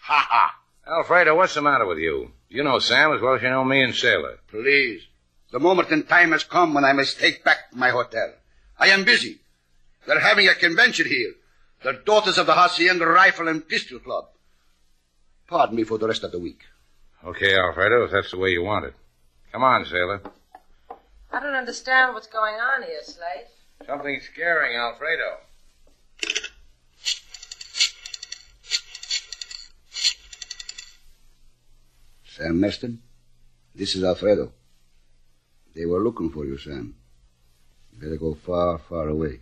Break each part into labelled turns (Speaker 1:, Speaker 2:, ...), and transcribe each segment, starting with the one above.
Speaker 1: Ha ha.
Speaker 2: Alfredo, what's the matter with you? You know Sam as well as you know me and Sailor.
Speaker 1: Please. The moment in time has come when I must take back my hotel. I am busy. They're having a convention here. The Daughters of the Hacienda Rifle and Pistol Club. Pardon me for the rest of the week.
Speaker 2: Okay, Alfredo, if that's the way you want it. Come on, Sailor.
Speaker 3: I don't understand what's going on here, Slade.
Speaker 2: Something scaring, Alfredo.
Speaker 1: Sam Meston, this is Alfredo. They were looking for you, Sam. You better go far, far away.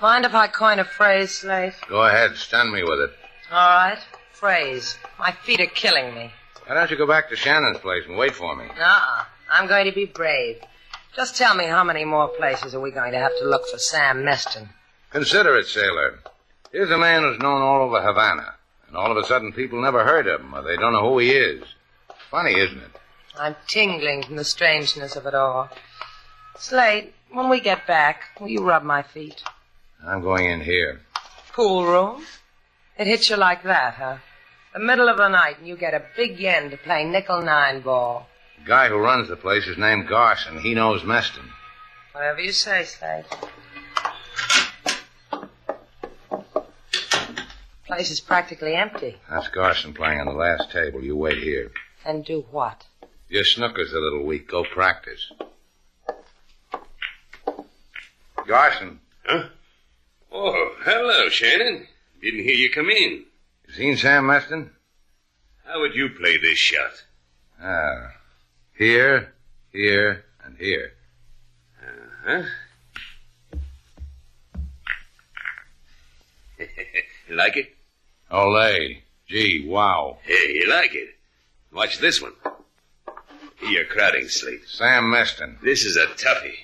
Speaker 3: Mind if I coin a phrase, Slade?
Speaker 2: Go ahead, stun me with it.
Speaker 3: All right. Phrase. My feet are killing me.
Speaker 2: Why don't you go back to Shannon's place and wait for me?
Speaker 3: Uh-uh. I'm going to be brave. Just tell me how many more places are we going to have to look for Sam Meston?
Speaker 2: Consider it, Sailor. Here's a man who's known all over Havana, and all of a sudden people never heard of him or they don't know who he is. Funny, isn't it?
Speaker 3: I'm tingling from the strangeness of it all. Slade, when we get back, will you rub my feet?
Speaker 2: I'm going in here.
Speaker 3: Pool room? It hits you like that, huh? The middle of the night and you get a big yen to play nickel nine ball.
Speaker 2: The guy who runs the place is named Garson. He knows Meston.
Speaker 3: Whatever you say, Slade. Place is practically empty.
Speaker 2: That's Garson playing on the last table. You wait here.
Speaker 3: And do what?
Speaker 2: Your snooker's a little weak. Go practice. Garson,
Speaker 4: Oh, hello, Shannon. Didn't hear you come in.
Speaker 2: you seen Sam Meston?
Speaker 4: How would you play this shot?
Speaker 2: Ah. Here, here, and here.
Speaker 4: Huh? you like it?
Speaker 2: Olay. Gee, wow.
Speaker 4: Hey, you like it? Watch this one. You're crowding, Slate.
Speaker 2: Sam Meston.
Speaker 4: This is a toughie.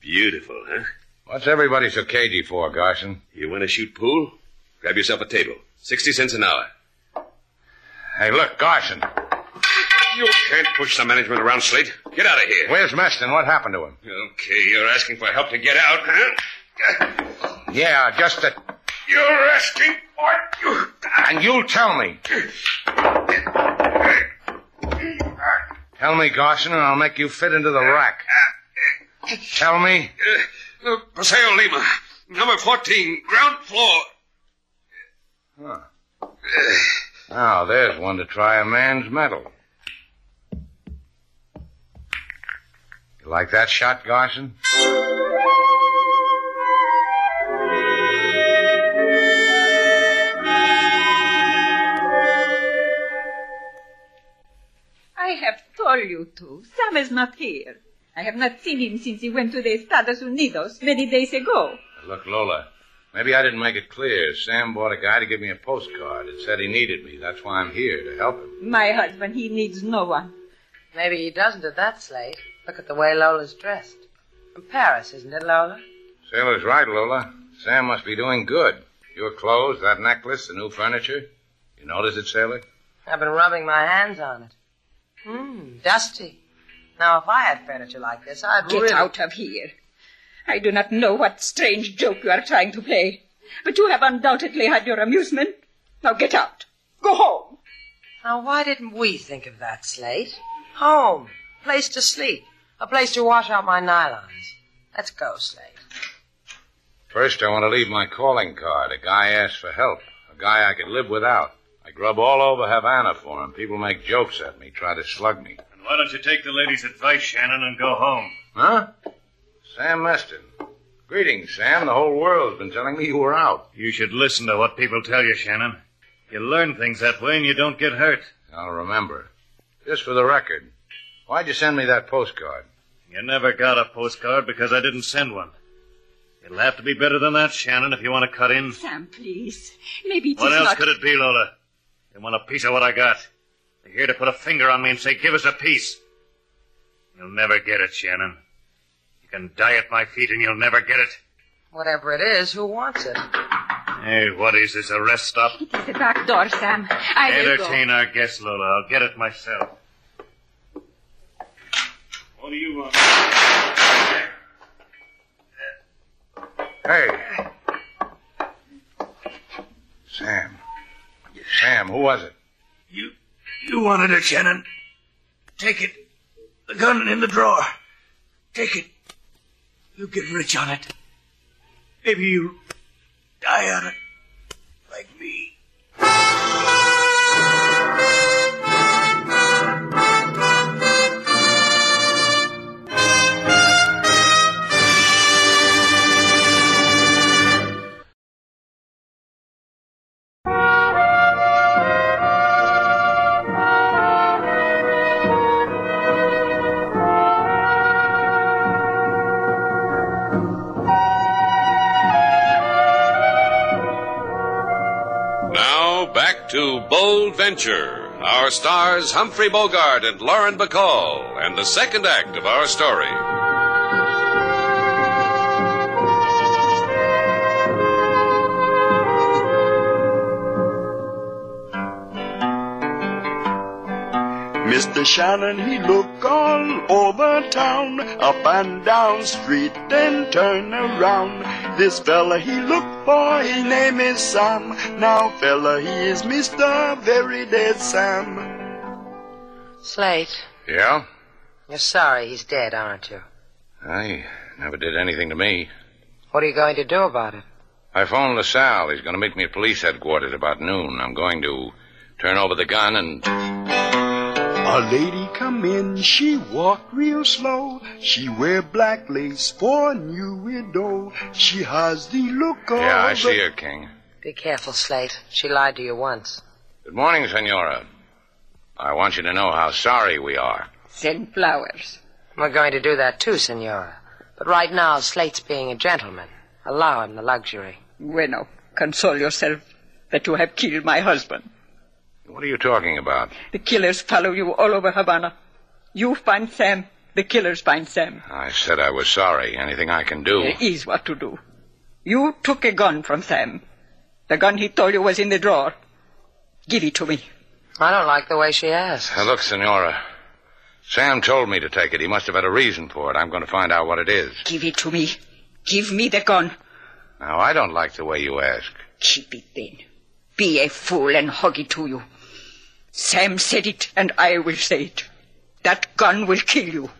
Speaker 4: Beautiful, huh?
Speaker 2: What's everybody so cagey for, Garson?
Speaker 4: You want to shoot pool? Grab yourself a table. 60 cents an hour.
Speaker 2: Hey, look, Garson.
Speaker 4: You can't push the management around, Slate. Get out of here.
Speaker 2: Where's Meston? What happened to him?
Speaker 4: Okay, you're asking for help to get out, huh?
Speaker 2: Yeah, just a.
Speaker 4: You're asking for you.
Speaker 2: And you'll tell me. Tell me, Garson, and I'll make you fit into the rack. Tell me.
Speaker 4: Uh, Paseo Lima, number 14, ground floor.
Speaker 2: Huh. Now, there's one to try a man's mettle. You like that shot, Garson?
Speaker 5: I have told you to. Sam is not here. I have not seen him since he went to the Estados Unidos many days ago.
Speaker 2: Look, Lola, maybe I didn't make it clear. Sam bought a guy to give me a postcard. It said he needed me. That's why I'm here, to help him.
Speaker 5: My husband, he needs no one.
Speaker 3: Maybe he doesn't at that slate. Look at the way Lola's dressed. From Paris, isn't it, Lola?
Speaker 2: Sailor's right, Lola. Sam must be doing good. Your clothes, that necklace, the new furniture. You notice it, Sailor?
Speaker 3: I've been rubbing my hands on it. Hmm, dusty. Now, if I had furniture like this, I'd
Speaker 5: Get
Speaker 3: really...
Speaker 5: out of here. I do not know what strange joke you are trying to play, but you have undoubtedly had your amusement. Now get out. Go home.
Speaker 3: Now, why didn't we think of that, Slate? Home. Place to sleep. A place to wash out my nylons. Let's go, Slate.
Speaker 2: First, I want to leave my calling card. A guy asked for help. A guy I could live without. I grub all over Havana for him. People make jokes at me, try to slug me.
Speaker 6: And why don't you take the lady's advice, Shannon, and go home?
Speaker 2: Huh? Sam Meston. Greetings, Sam. The whole world's been telling me you were out.
Speaker 6: You should listen to what people tell you, Shannon. You learn things that way and you don't get hurt.
Speaker 2: I'll remember. Just for the record, why'd you send me that postcard?
Speaker 6: You never got a postcard because I didn't send one. It'll have to be better than that, Shannon, if you want to cut in.
Speaker 5: Sam, please. Maybe it
Speaker 6: What
Speaker 5: is
Speaker 6: else
Speaker 5: not...
Speaker 6: could it be, Lola? They want a piece of what I got. They're here to put a finger on me and say, give us a piece. You'll never get it, Shannon. You can die at my feet and you'll never get it.
Speaker 3: Whatever it is, who wants it?
Speaker 6: Hey, what is this, a rest stop?
Speaker 5: It is the back door, Sam. I will go.
Speaker 6: Entertain our guest, Lola. I'll get it myself. What do you want?
Speaker 2: Hey. Sam. Sam, who was it?
Speaker 7: You, you wanted it, Shannon. Take it. The gun in the drawer. Take it. You get rich on it. Maybe you die on it. Like me.
Speaker 4: Now, back to Bold Venture. Our stars Humphrey Bogart and Lauren Bacall, and the second act of our story.
Speaker 8: Mr. Shannon, he look all over town, up and down street, then turn around. This fella he look for, his name is Sam. Now fella, he is Mr. Very Dead Sam.
Speaker 3: Slate,
Speaker 2: Yeah?
Speaker 3: you're sorry he's dead, aren't you?
Speaker 2: I never did anything to me.
Speaker 3: What are you going to do about it?
Speaker 2: I phoned LaSalle. He's going to meet me at police headquarters about noon. I'm going to turn over the gun and.
Speaker 8: A lady come in, she walk real slow. She wear black lace for a new widow. She has the look of
Speaker 2: Yeah, I see
Speaker 8: a-
Speaker 2: her, King.
Speaker 3: Be careful, Slate. She lied to you once.
Speaker 2: Good morning, Senora. I want you to know how sorry we are.
Speaker 5: Send flowers.
Speaker 3: We're going to do that too, Senora. But right now, Slate's being a gentleman. Allow him the luxury.
Speaker 5: Bueno, console yourself that you have killed my husband.
Speaker 2: What are you talking about?
Speaker 5: The killers follow you all over Havana. You find Sam.
Speaker 9: The killers find Sam.
Speaker 6: Oh.
Speaker 2: I said I was sorry. Anything I can do.
Speaker 9: There
Speaker 5: Eh,
Speaker 9: is what to do. You took a gun from Sam. The gun he told you was in the drawer. Give it to me.
Speaker 3: I don't like the way she asks.
Speaker 2: Now, look, Senora. Sam told me to take it. He must have had a reason for it. I'm going to find out what it is.
Speaker 9: Give it to me. Give me the gun.
Speaker 2: Now, I don't like the way you ask.
Speaker 9: Keep it then. Be a fool and hog it to you. Sam said it, and I will say it. That gun will kill you.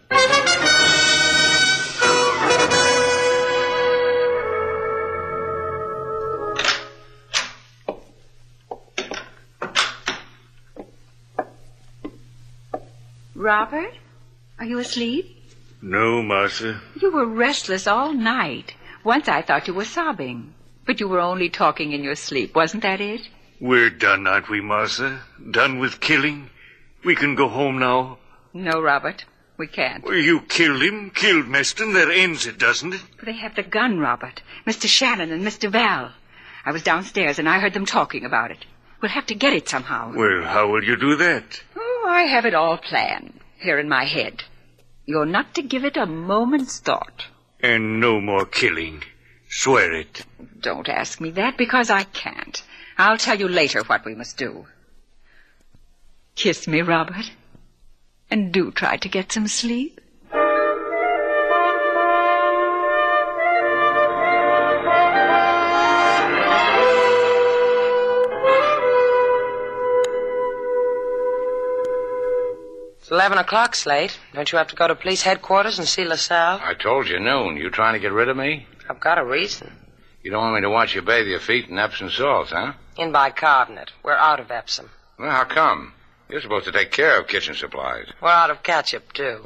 Speaker 5: Robert, are you asleep?
Speaker 6: No, Martha.
Speaker 5: You were restless all night. Once I thought you were sobbing, but you were only talking in your sleep. Wasn't that it?
Speaker 6: We're done, aren't we, Martha? Done with killing? We can go home now.
Speaker 9: No, Robert. We can't.
Speaker 6: Well, you killed him, killed Meston. That ends it, doesn't it?
Speaker 9: They have the gun, Robert. Mr. Shannon and Mr. Val. I was downstairs and I heard them talking about it. We'll have to get it somehow.
Speaker 6: Well, how will you do that?
Speaker 9: Oh, I have it all planned here in my head. You're not to give it a moment's thought.
Speaker 6: And no more killing. Swear it.
Speaker 9: Don't ask me that because I can't. I'll tell you later what we must do. Kiss me, Robert. And do try to get some sleep.
Speaker 3: It's 11 o'clock, Slate. Don't you have to go to police headquarters and see LaSalle?
Speaker 2: I told you noon. You trying to get rid of me?
Speaker 3: I've got a reason.
Speaker 2: You don't want me to watch you bathe your feet in Epsom salts, huh?
Speaker 3: In bicarbonate. We're out of Epsom.
Speaker 2: Well, how come? You're supposed to take care of kitchen supplies.
Speaker 3: We're out of ketchup, too.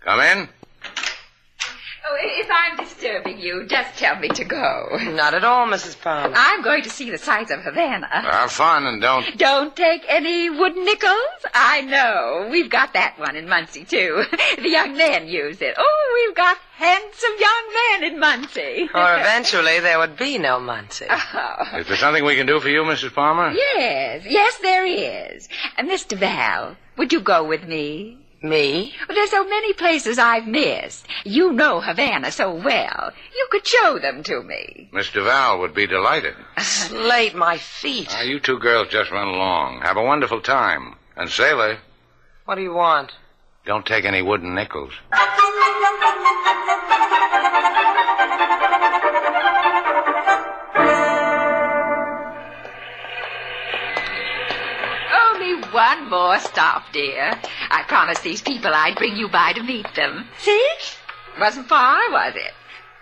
Speaker 2: Come in.
Speaker 5: Oh, i- if I'm disturbing you, just tell me to go.
Speaker 3: Not at all, Mrs. Palmer.
Speaker 5: I'm going to see the sights of Havana.
Speaker 2: Have fun and don't.
Speaker 5: Don't take any wooden nickels. I know. We've got that one in Muncie, too. The young men use it. Oh, we've got handsome young men in Muncie. Oh.
Speaker 3: Or eventually there would be no Muncie.
Speaker 2: Is there something we can do for you, Mrs. Palmer?
Speaker 5: Yes, yes, there is. And Mr. Val, would you go with me?
Speaker 3: Me?
Speaker 5: Well, there's so many places I've missed. You know Havana so well. You could show them to me.
Speaker 2: Miss Duval would be delighted.
Speaker 3: Slate my feet.
Speaker 2: Now, you two girls just run along. Have a wonderful time. And sailor,
Speaker 3: What do you want?
Speaker 2: don't take any wooden nickels.
Speaker 5: Only one more stop, dear. I promised these people I'd bring you by to meet them. See? Wasn't far, was it?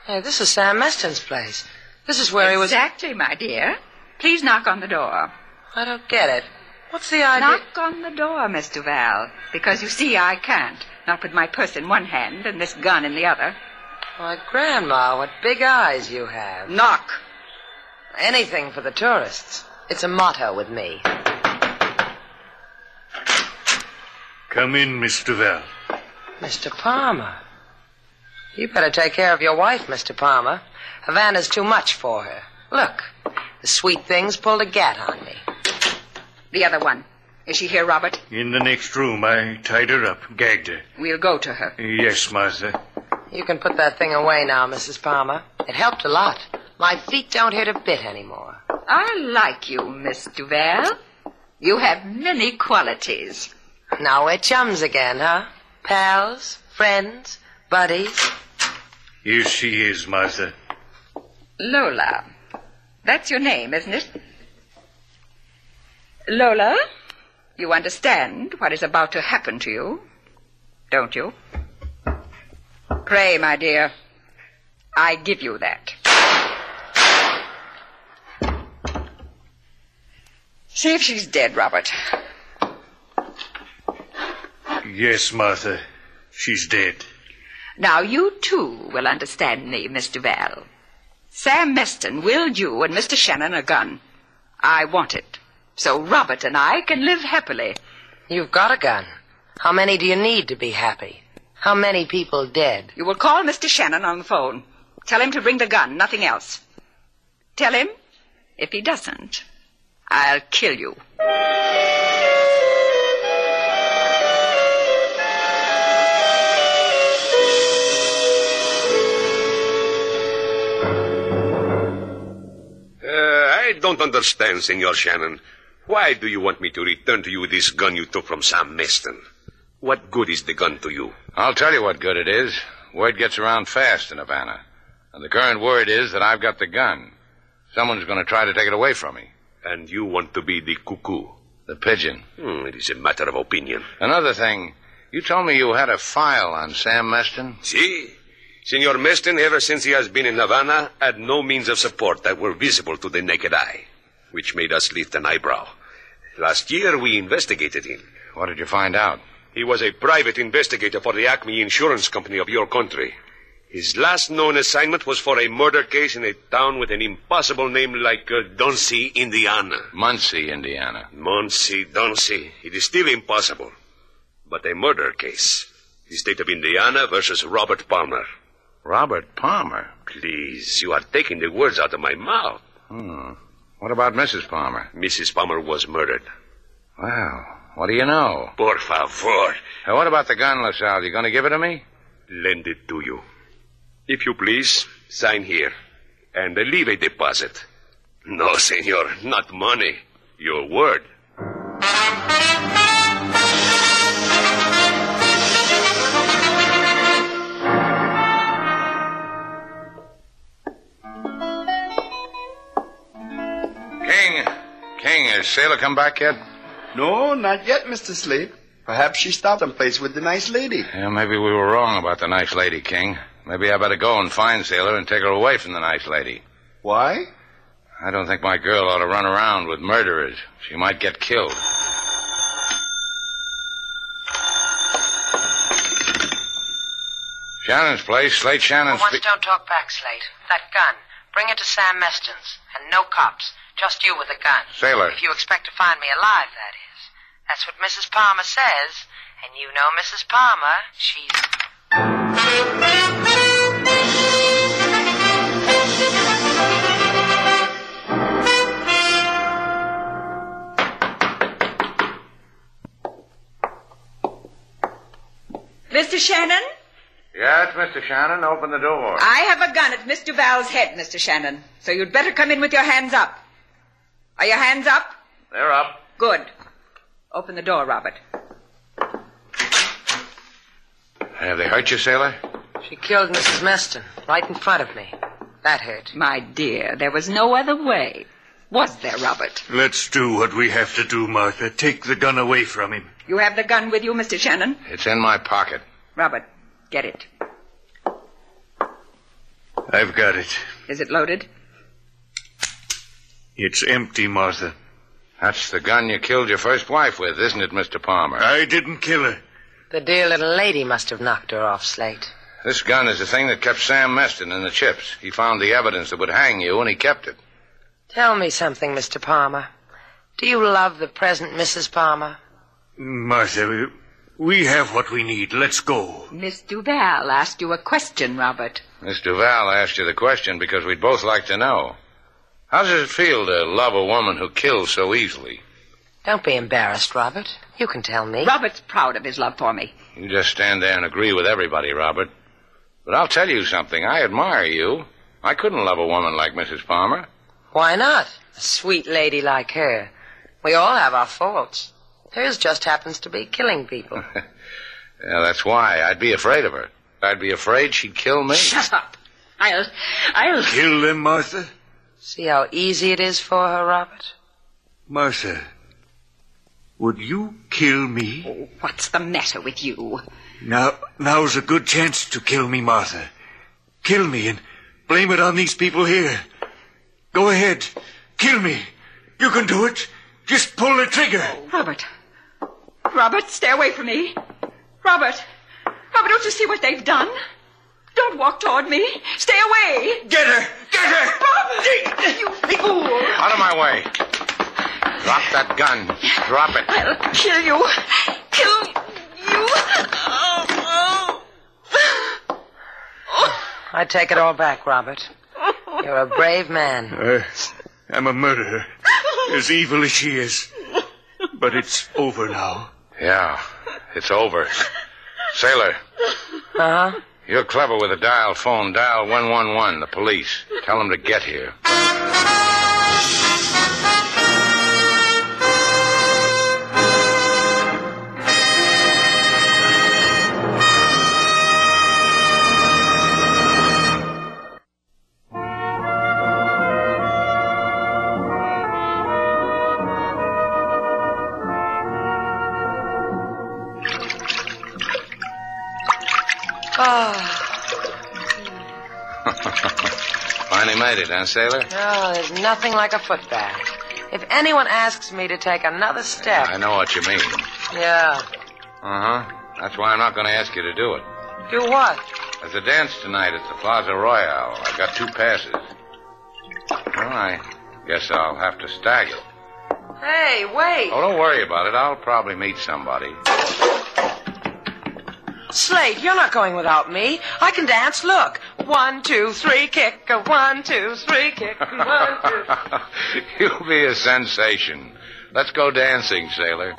Speaker 3: Hey, this is Sam Meston's place. This is where he was.
Speaker 5: Exactly, my dear. Please knock on the door.
Speaker 3: I don't get it. What's the idea?
Speaker 5: Knock on the door, Miss Duval, because you see I can't. Not with my purse in one hand and this gun in the other.
Speaker 3: Why, Grandma, what big eyes you have.
Speaker 9: Knock.
Speaker 3: Anything for the tourists. It's a motto with me.
Speaker 6: Come in, Miss Duval.
Speaker 3: Mr. Palmer. You better take care of your wife, Mr. Palmer. Havana's too much for her. Look, the sweet thing's pulled a gat on me.
Speaker 9: The other one. Is she here, Robert?
Speaker 6: In the next room, I tied her up, gagged her.
Speaker 9: We'll go to her.
Speaker 6: Yes, Martha.
Speaker 3: You can put that thing away now, Mrs. Palmer. It helped a lot. My feet don't hurt a bit anymore.
Speaker 5: I like you, Miss Duval. You have many qualities.
Speaker 3: Now we're chums again, huh? Pals, friends, buddies.
Speaker 6: Here she is, Martha.
Speaker 5: Lola. That's your name, isn't it? Lola,
Speaker 9: You understand what is about to happen to you, don't you? Pray, my dear. I give you that. See if she's dead, Robert.
Speaker 6: Yes, Martha. She's dead.
Speaker 5: now you too will understand me, Miss Duval.
Speaker 9: Sam Meston willed you and Mr. Shannon a gun. I want it. So Robert and I can live happily.
Speaker 3: You've got a gun. How many do you need to be happy? How many people dead?
Speaker 9: You will call Mr. Shannon on the phone. Tell him to bring the gun, nothing else. Tell him, if he doesn't, I'll kill you.
Speaker 2: Uh, don't understand, Senor Shannon. Why do you want me to return to you this gun you took from Sam Meston? What good is the gun to you?
Speaker 1: I'll tell you what good it is. Word gets around fast in Havana. And the current word is that I've got the gun. Someone's going to try to take it away from me.
Speaker 2: And you want to be the cuckoo?
Speaker 1: The pigeon.
Speaker 2: Hmm, it is a matter of opinion.
Speaker 1: Another thing, you told me you had a file on Sam Meston.
Speaker 2: See? Senor Meston, ever since he has been in Havana, had no means of support that were visible to the naked eye, which made us lift an eyebrow. Last year, we investigated him.
Speaker 1: What did you find out?
Speaker 2: He was a private investigator for the Acme Insurance Company of your country. His last known assignment was for a murder case in a town with an impossible name like uh, Duncy, Indiana.
Speaker 1: Muncie, Indiana.
Speaker 2: Muncie, Duncy. It is still impossible. But a murder case. The state of Indiana versus Robert Palmer.
Speaker 1: Robert Palmer?
Speaker 2: Please, you are taking the words out of my mouth.
Speaker 1: Hmm. What about Mrs. Palmer?
Speaker 2: Mrs. Palmer was murdered.
Speaker 1: Wow. What do you know?
Speaker 2: Por favor.
Speaker 1: Now, what about the gun, LaSalle? You going to give it to me?
Speaker 2: Lend it to you. If you please, sign here. And leave a deposit. No, senor, not money. Your word.
Speaker 1: King, King, has Sailor come back yet?
Speaker 8: No, not yet, Mr. Slade. Perhaps she stopped someplace with the nice lady.
Speaker 1: Yeah, maybe we were wrong about the nice lady, King. Maybe I better go and find Sailor and take her away from the nice lady.
Speaker 8: Why?
Speaker 1: I don't think my girl ought to run around with murderers. She might get killed. Shannon's place, Slate Shannon's.
Speaker 3: For once, don't talk back, Slate. That gun. Bring it to Sam Meston's. And no cops. Just you with a gun.
Speaker 1: Sailor.
Speaker 3: If you expect to find me alive, that is. That's what Mrs. Palmer says. And you know Mrs. Palmer. She's.
Speaker 10: Mr. Shannon?
Speaker 1: Yes, Mr. Shannon, open the door.
Speaker 10: I have a gun at Mr. Val's head, Mr. Shannon. So you'd better come in with your hands up. Are your hands up?
Speaker 1: They're up.
Speaker 10: Good. Open the door, Robert.
Speaker 1: Have they hurt you, sailor?
Speaker 3: She killed Mrs. Meston right in front of me. That hurt.
Speaker 5: My dear, there was no other way. Was there, Robert?
Speaker 11: Let's do what we have to do, Martha. Take the gun away from him.
Speaker 10: You have the gun with you, Mr. Shannon?
Speaker 1: It's in my pocket.
Speaker 10: Robert, get it.
Speaker 11: I've got it.
Speaker 10: Is it loaded?
Speaker 11: It's empty, Martha.
Speaker 1: That's the gun you killed your first wife with, isn't it, Mr. Palmer?
Speaker 11: I didn't kill her.
Speaker 3: The dear little lady must have knocked her off, Slate.
Speaker 1: This gun is the thing that kept Sam Meston in the chips. He found the evidence that would hang you, and he kept it.
Speaker 3: Tell me something, Mr. Palmer. Do you love the present Mrs. Palmer?
Speaker 11: Martha, we have what we need. Let's go.
Speaker 5: Miss Duval asked you a question, Robert.
Speaker 1: Miss Duval asked you the question because we'd both like to know. How does it feel to love a woman who kills so easily?
Speaker 3: Don't be embarrassed, Robert. You can tell me.
Speaker 5: Robert's proud of his love for me.
Speaker 1: You just stand there and agree with everybody, Robert. But I'll tell you something. I admire you. I couldn't love a woman like Mrs. Palmer.
Speaker 3: Why not? A sweet lady like her. We all have our faults. Hers just happens to be killing people.
Speaker 1: yeah, that's why. I'd be afraid of her. I'd be afraid she'd kill me.
Speaker 5: Shut up. I'll. I'll.
Speaker 11: Kill them, Martha?
Speaker 3: See how easy it is for her, Robert?
Speaker 11: Martha, would you kill me?
Speaker 5: Oh, what's the matter with you?
Speaker 11: Now, now's a good chance to kill me, Martha. Kill me and blame it on these people here. Go ahead. Kill me. You can do it. Just pull the trigger.
Speaker 5: Robert. Robert, stay away from me. Robert. Robert, don't you see what they've done? Don't walk toward me. Stay away.
Speaker 11: Get her. Get her.
Speaker 5: Robert! You fool.
Speaker 1: Out of my way. Drop that gun. Drop it.
Speaker 5: I'll kill you. Kill you. Oh,
Speaker 3: oh. I take it all back, Robert. You're a brave man.
Speaker 11: Uh, I'm a murderer. As evil as she is. But it's over now.
Speaker 1: Yeah, it's over. Sailor.
Speaker 3: Uh huh.
Speaker 1: You're clever with a dial phone. Dial 111, the police. Tell them to get here.
Speaker 5: Oh,
Speaker 2: Finally made it, huh, sailor?
Speaker 3: No, Oh, there's nothing like a footbath. If anyone asks me to take another step.
Speaker 2: I know what you mean.
Speaker 3: Yeah.
Speaker 2: Uh huh. That's why I'm not going to ask you to do it.
Speaker 3: Do what?
Speaker 2: There's a dance tonight at the Plaza Royale. I've got two passes. Well, I guess I'll have to stagger.
Speaker 3: Hey, wait.
Speaker 2: Oh, don't worry about it. I'll probably meet somebody.
Speaker 3: Slade, you're not going without me. I can dance. Look. One, two, three, kick. A One, two, three, kick. a One, two.
Speaker 2: You'll be a sensation. Let's go dancing, sailor.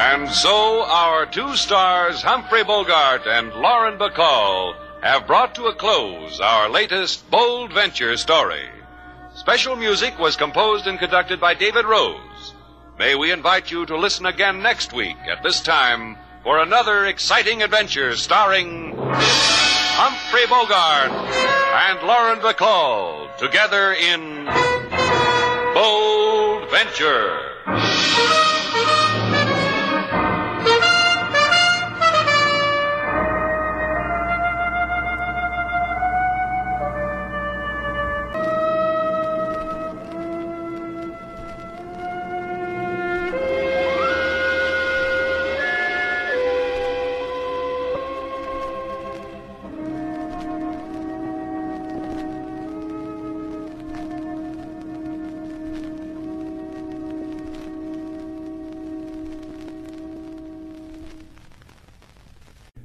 Speaker 4: And so our two stars, Humphrey Bogart and Lauren Bacall, have brought to a close our latest bold venture story. Special music was composed and conducted by David Rose. May we invite you to listen again next week at this time for another exciting adventure starring Humphrey Bogart and Lauren Bacall together in Bold Venture.